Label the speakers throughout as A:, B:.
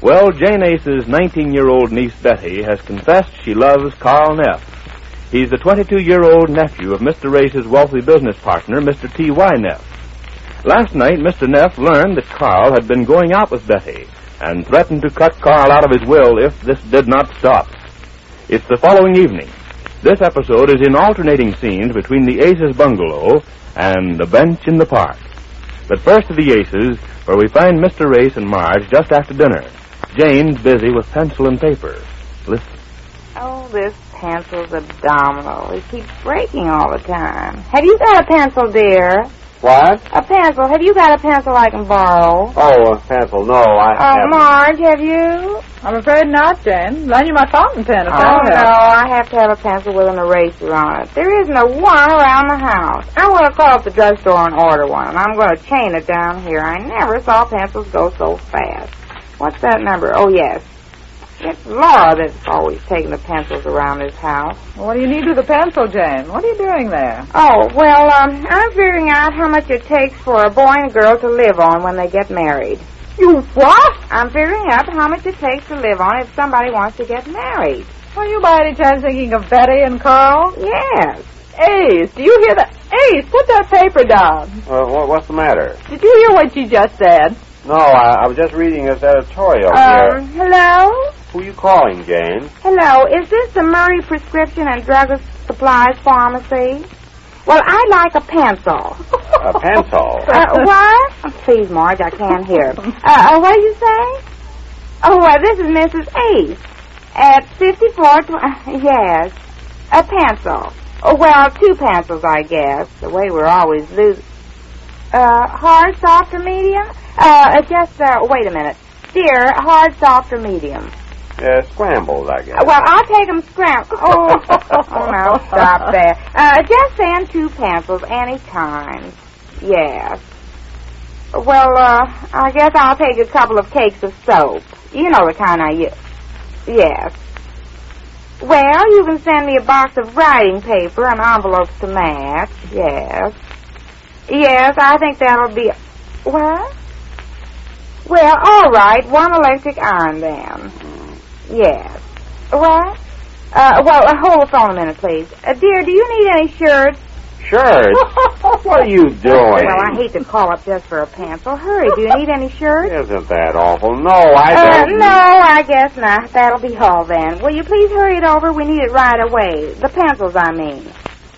A: Well, Jane Ace's 19 year old niece Betty has confessed she loves Carl Neff. He's the 22 year old nephew of Mr. Ace's wealthy business partner, Mr. T.Y. Neff. Last night, Mr. Neff learned that Carl had been going out with Betty and threatened to cut Carl out of his will if this did not stop. It's the following evening. This episode is in alternating scenes between the Aces bungalow and the bench in the park. But first to the Aces, where we find Mr. Race and Marge just after dinner. Jane's busy with pencil and paper. Listen.
B: Oh, this pencil's abdominal. It keeps breaking all the time. Have you got a pencil, dear?
C: What?
B: A pencil. Have you got a pencil I can borrow?
C: Oh, a pencil. No, I
B: Oh, Marge, have you?
D: I'm afraid not, Jane. Lend you my fountain pen if
B: Oh,
D: that'll
B: no,
D: help.
B: I have to have a pencil with an eraser on it. There isn't a one around the house. I'm going to call up the drugstore and order one, and I'm going to chain it down here. I never saw pencils go so fast. What's that number? Oh, yes. It's Laura that's always taking the pencils around this house.
D: What do you need with a pencil, Jane? What are you doing there?
B: Oh, well, um, I'm figuring out how much it takes for a boy and a girl to live on when they get married.
D: You what?
B: I'm figuring out how much it takes to live on if somebody wants to get married.
D: Are you by any chance thinking of Betty and Carl?
B: Yes.
D: Ace, do you hear that? Ace, put that paper down.
C: Uh, wha- what's the matter?
D: Did you hear what she just said?
C: No, I, I was just reading this editorial here.
B: Um, hello?
C: Who you calling, Jane?
B: Hello, is this the Murray Prescription and Drug Supplies Pharmacy? Well, I'd like a pencil.
C: A pencil.
B: Uh, what? Oh, please, Marge, I can't hear. Uh, uh, what did you say? Oh, well, this is Mrs. Ace at 54... Tw- uh, yes, a pencil. Oh, well, two pencils, I guess, the way we're always losing. Uh, hard, soft, or medium? Uh, uh, just, uh, wait a minute. Dear, hard, soft, or medium?
C: Uh, scrambled, I guess.
B: Uh, well, I'll take 'em scram... Oh, oh, now, stop there. Uh, just send two pencils any time. Yes. Well, uh, I guess I'll take a couple of cakes of soap. You know the kind I use. Yes. Well, you can send me a box of writing paper and envelopes to match. Yes. Yes, I think that'll be. What? Well, all right. One electric iron then. Yes. What? Uh, well, uh, hold the phone a minute, please. Uh, dear, do you need any shirts?
C: Sure. what are you doing?
B: Well, I hate to call up just for a pencil. Hurry, do you need any shirts?
C: Isn't that awful? No, I
B: Uh,
C: don't.
B: no, I guess not. That'll be all then. Will you please hurry it over? We need it right away. The pencils, I mean.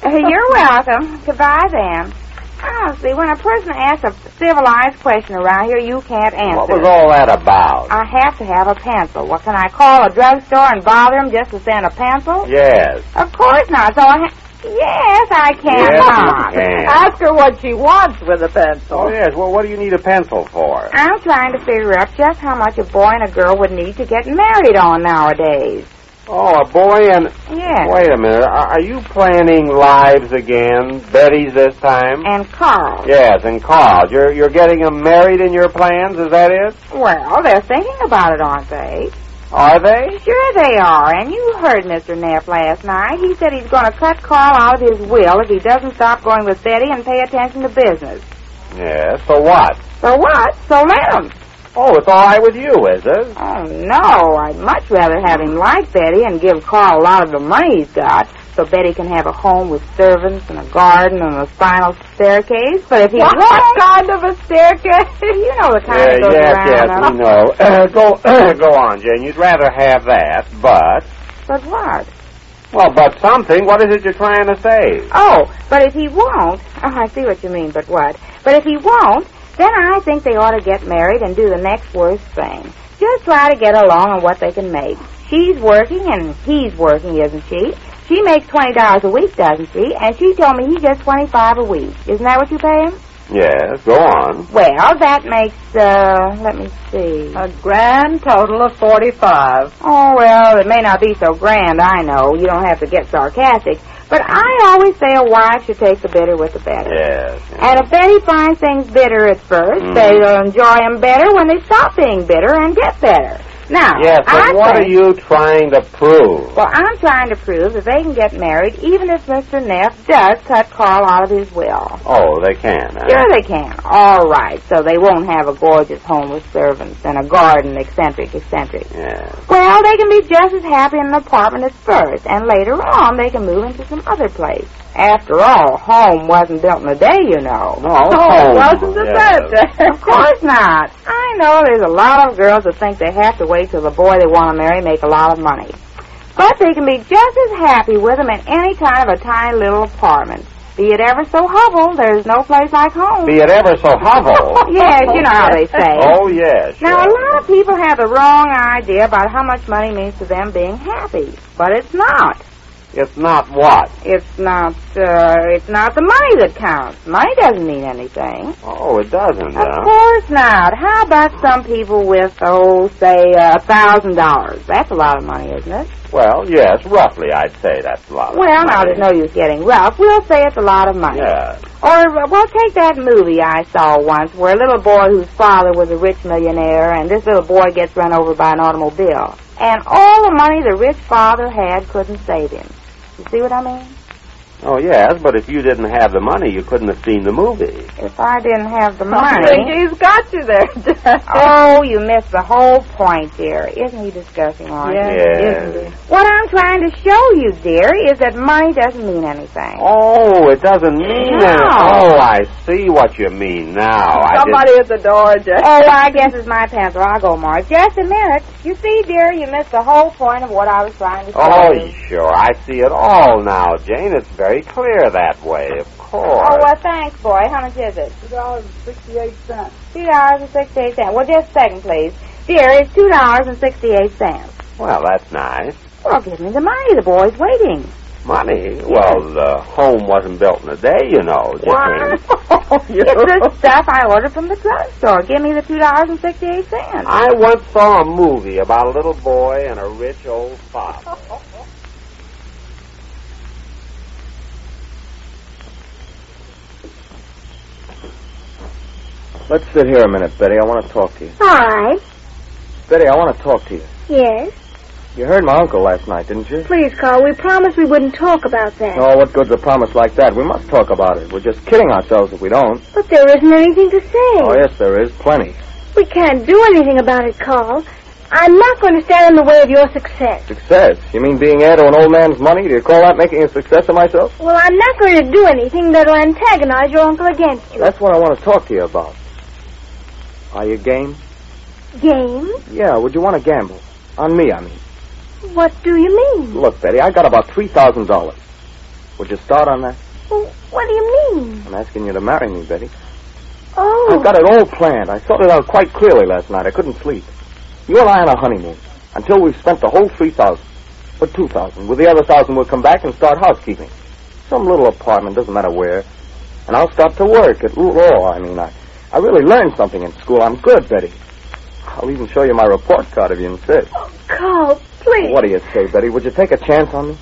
B: Uh, you're welcome. Goodbye then. Honestly, when a person asks a civilized question around here, you can't answer.
C: What was all that about?
B: I have to have a pencil. What can I call a drugstore and bother him just to send a pencil?
C: Yes.
B: Of course not. So I. Ha- yes, I can.
C: Yes, you
B: Mark.
C: can.
D: Ask her what she wants with a
C: Oh,
D: pencil.
C: yes. Well, what do you need a pencil for?
B: I'm trying to figure out just how much a boy and a girl would need to get married on nowadays.
C: Oh, a boy and...
B: Yes.
C: Wait a minute. Are, are you planning lives again? Betty's this time?
B: And Carl.
C: Yes, and Carl. You're, you're getting them married in your plans, is that it?
B: Well, they're thinking about it, aren't they?
C: Are they?
B: Sure they are. And you heard Mr. Neff last night. He said he's going to cut Carl out of his will if he doesn't stop going with Betty and pay attention to business.
C: Yes, so what?
B: So what? So let him.
C: Oh, it's all right with you, is it?
B: Oh, no. I'd much rather have him like Betty and give Carl a lot of the money he's got so Betty can have a home with servants and a garden and a final staircase. But if he
D: What
B: wants,
D: kind of a staircase?
B: you know the kind
A: Yeah,
B: that goes
A: yes,
B: around.
A: yes,
B: uh,
A: we know. go, go on, Jane. You'd rather have that, but
B: But what?
A: well, but something. What is it you're trying to say?
B: Oh, but if he won't, oh, I see what you mean. But what? But if he won't, then I think they ought to get married and do the next worst thing. Just try to get along on what they can make. She's working and he's working, isn't she? She makes twenty dollars a week, doesn't she? And she told me he gets twenty five a week. Isn't that what you pay him?
A: Yes, go on.
B: Well, that makes uh let me see.
E: Oh.
D: A grand total of 45.
B: Oh, well, it may not be so grand, I know. You don't have to get sarcastic. But I always say a wife should take the bitter with the better.
A: Yes.
B: And if Betty finds things bitter at 1st
A: Mhm.
B: they'll enjoy 'em better when they stop being bitter and get better. Now,
A: Yes, but
B: I
A: what
B: think,
A: are you trying to prove?
B: Well, I'm trying to prove that they can get married even if Mr. Neff does cut Carl out of his will.
A: Oh, they can. huh?
B: Sure they can. All right, so they won't have a gorgeous home with servants and a garden eccentric, eccentric.
A: Yes.
B: Well, they can be just as happy in an apartment at first, and later on they can move into some other place. After all, home wasn't built in a day, you know.
A: No,
D: Oh,
A: home.
D: wasn't the
A: Yes.
D: best.
B: Of course not. I know there's a lot of girls that think they have to wait till the boy they want to marry make a lot of money. But they can be just as happy with him in any kind of a tiny little apartment. Be it ever so hovel, there's no place like home.
A: Be it ever so hovel.
B: yes, you know how they say.
A: oh, yes.
B: Now,
A: yes.
B: a lot of people have the wrong idea about how much money means to them being happy, but it's not.
A: It's not what?
B: It's not. Uh, it's not the money that counts. Money doesn't mean anything.
A: Oh, it doesn't,
B: Of
A: huh?
B: course not. How about some people with, oh, say, a thousand dollars? That's a lot of money, isn't it?
A: Well, yes, roughly, I'd say that's a lot. of
B: Well, now
A: money.
B: there's no use getting rough. We'll say it's a lot of money.
A: Yeah.
B: Or, uh, well, take that movie I saw once where a little boy whose father was a rich millionaire and this little boy gets run over by an automobile. And all the money the rich father had couldn't save him. You see what I mean?
A: Oh, yes, but if you didn't have the money, you couldn't have seen the movie.
B: If I didn't have the money.
D: He's got you there, Jack.
B: Oh, you missed the whole point, dear. Isn't he disgusting, Lawrence?
A: Yes.
B: What I'm trying to show you, dear, is that money doesn't mean anything.
A: Oh, it doesn't mean
B: No.
A: it. Oh, I see what you mean now. I
D: Somebody at the door, Jack.
B: Oh, I guess it's my pencil. I'll go, Mark. Just a minute. You see, dear, you missed the whole point of what I was trying to
A: didn't-
B: say.
A: Oh, sure. I see it all now, Jane. It's very clear that way, of course.
B: Oh, well, thanks, boy. How much is it?
D: $2.68.
B: Two dollars and sixty-eight cents. Well, just a second, please. Dear, it's two dollars and sixty-eight cents.
A: Well, that's nice.
B: Well, give me the money. The boy's waiting.
A: Money. Well, the home wasn't built in a day, you know, Jane.
B: it's the stuff I ordered from the drugstore. Give me the two dollars and sixty-eight cents.
A: I once saw a movie about a little boy and a rich old father.
F: Let's sit here a minute, Betty. I want to talk to you.
B: All right.
F: Betty, I want to talk to you.
G: Yes.
F: You heard my uncle last night, didn't you?
G: Please, Carl, we promised we wouldn't talk about that.
F: Oh, what good's a promise like that? We must talk about it. We're just kidding ourselves if we don't.
G: But there isn't anything to say.
F: Oh, yes, there is. Plenty.
G: We can't do anything about it, Carl. I'm not going to stand in the way of your success.
F: Success? You mean being heir to an old man's money? Do you call that making a success of myself?
G: Well, I'm not going to do anything that'll antagonize your uncle against you.
F: That's what I want to talk to you about. Are you game?
G: Game?
F: Yeah, would you want to gamble? On me, I mean.
G: What do you mean?
F: Look, Betty, I got about $3,000. Would you start on that?
G: Well, what do you mean?
F: I'm asking you to marry me, Betty.
G: Oh.
F: I've got it all planned. I thought it out quite clearly last night. I couldn't sleep. You and I on a honeymoon until we've spent the whole three thousand, or two thousand. With the other thousand, we'll come back and start housekeeping. Some little apartment, doesn't matter where. And I'll start to work at law. I mean, I, I really learned something in school. I'm good, Betty. I'll even show you my report card if you insist.
G: Oh, Carl, please.
F: What do you say, Betty? Would you take a chance on me?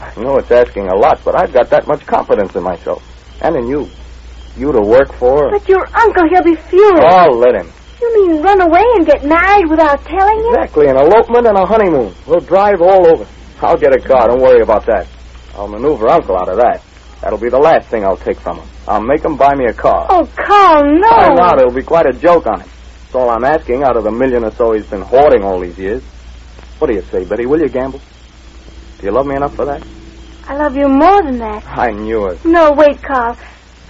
F: I know it's asking a lot, but I've got that much confidence in myself and in you. You to work for.
G: But your uncle, he'll be furious.
F: Oh, let him.
G: You mean run away and get married without telling him?
F: Exactly, an elopement and a honeymoon. We'll drive all over. I'll get a car, don't worry about that. I'll maneuver Uncle out of that. That'll be the last thing I'll take from him. I'll make him buy me a car.
G: Oh, Carl, no.
F: By now, there'll be quite a joke on him. That's all I'm asking out of the million or so he's been hoarding all these years. What do you say, Betty? Will you gamble? Do you love me enough for that?
G: I love you more than that.
E: I knew it.
G: No, wait, Carl.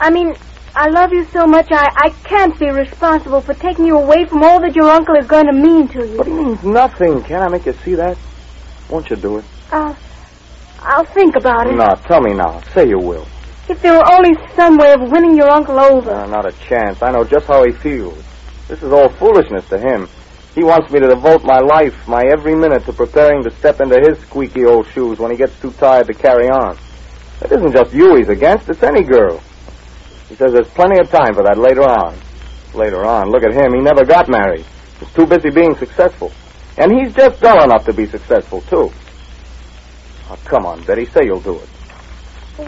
G: I mean, I love you so much I, I can't be responsible for taking you away from all that your uncle is going to mean to you.
E: But it
D: Hmm.
E: means nothing. Can I make you see that? Won't you do it?
G: I'll, I'll think about it.
E: No, tell me now. Say you will.
G: If there were only some way of winning your uncle over.
E: Uh, not a chance. I know just how he feels. This is all foolishness to him. He wants me to devote my life, my every minute, to preparing to step into his squeaky old shoes when he gets too tired to carry on. It isn't just you he's against, it's any girl. He says there's plenty of time for that later on. Later on, look at him. He never got married. He's too busy being successful. And he's just dull enough to be successful, too. Oh, come on, Betty, say you'll do it.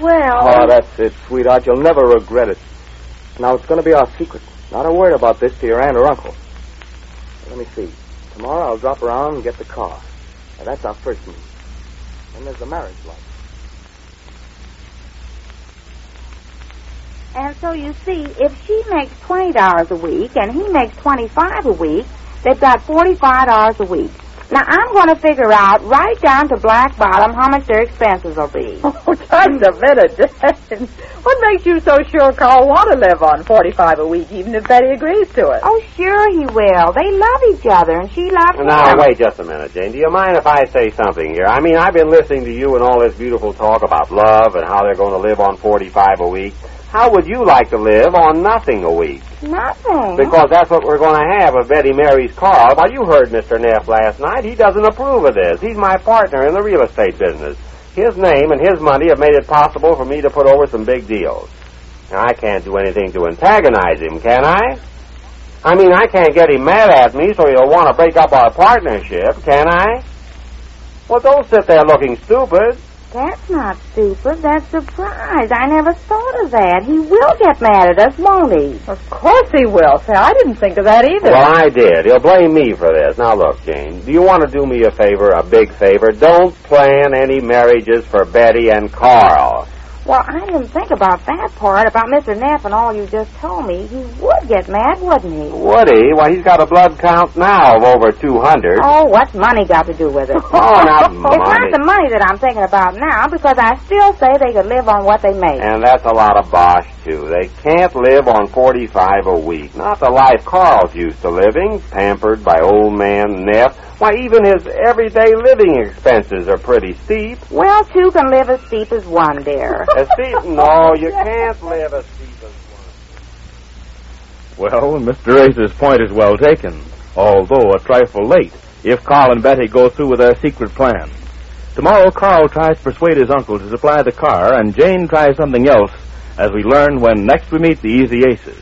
G: Well,
E: Oh, that's it, sweetheart. You'll never regret it. Now, it's going to be our secret. Not a word about this to your aunt or uncle. Let me see. Tomorrow I'll drop around and get the car. Now, that's our first meeting. Then there's the marriage life.
B: And so you see, if she makes twenty dollars a week and he makes twenty five a week, they've got forty five dollars a week. Now I'm going to figure out right down to black bottom how much their expenses will be.
D: Oh, just a minute, Jane. What makes you so sure Carl want to live on 45 a week, even if Betty agrees to it?
B: Oh, sure he will. They love each other, and she loves him.
C: Now, wait just a minute, Jane. Do you mind if I say something here? I mean, I've been listening to you and all this beautiful talk about love and how they're going to live on 45 a week. How would you like to live on nothing a week?
B: Nothing.
C: Because that's what we're going to have if Betty marries Carl. Well, you heard Mr. Neff last night. He doesn't approve of this. He's my partner in the real estate business. His name and his money have made it possible for me to put over some big deals. And I can't do anything to antagonize him, can I? I mean, I can't get him mad at me, so he'll want to break up our partnership, can I? Well, don't sit there looking stupid.
B: That's not stupid. That's surprise. I never thought of that. He will get mad at us, won't he?
D: Of course he will, Say, I didn't think of that either.
C: Well, I did. He'll blame me for this. Now, look, Jane, do you want to do me a favor, a big favor? Don't plan any marriages for Betty and Carl.
B: Well, I didn't think about that part about Mr. Knapp and all you just told me. He would get mad, wouldn't he?
C: Woody, why, he's got a blood count now of over 200.
B: Oh, what's money got to do with it?
C: Oh, not
B: It's
C: money.
B: not the money that I'm thinking about now because I still say they could live on what they make.
C: And that's a lot of bosh, too. They can't live on 45 a week. Not the life Carl's used to living, pampered by old man Neff. Why, even his everyday living expenses are pretty steep.
B: well, two can live as steep as one, dear.
C: As steep? No, you can't live as steep as
A: Well, Mr. Ace's point is well taken, although a trifle late, if Carl and Betty go through with their secret plan. Tomorrow, Carl tries to persuade his uncle to supply the car, and Jane tries something else, as we learn when next we meet the Easy Aces.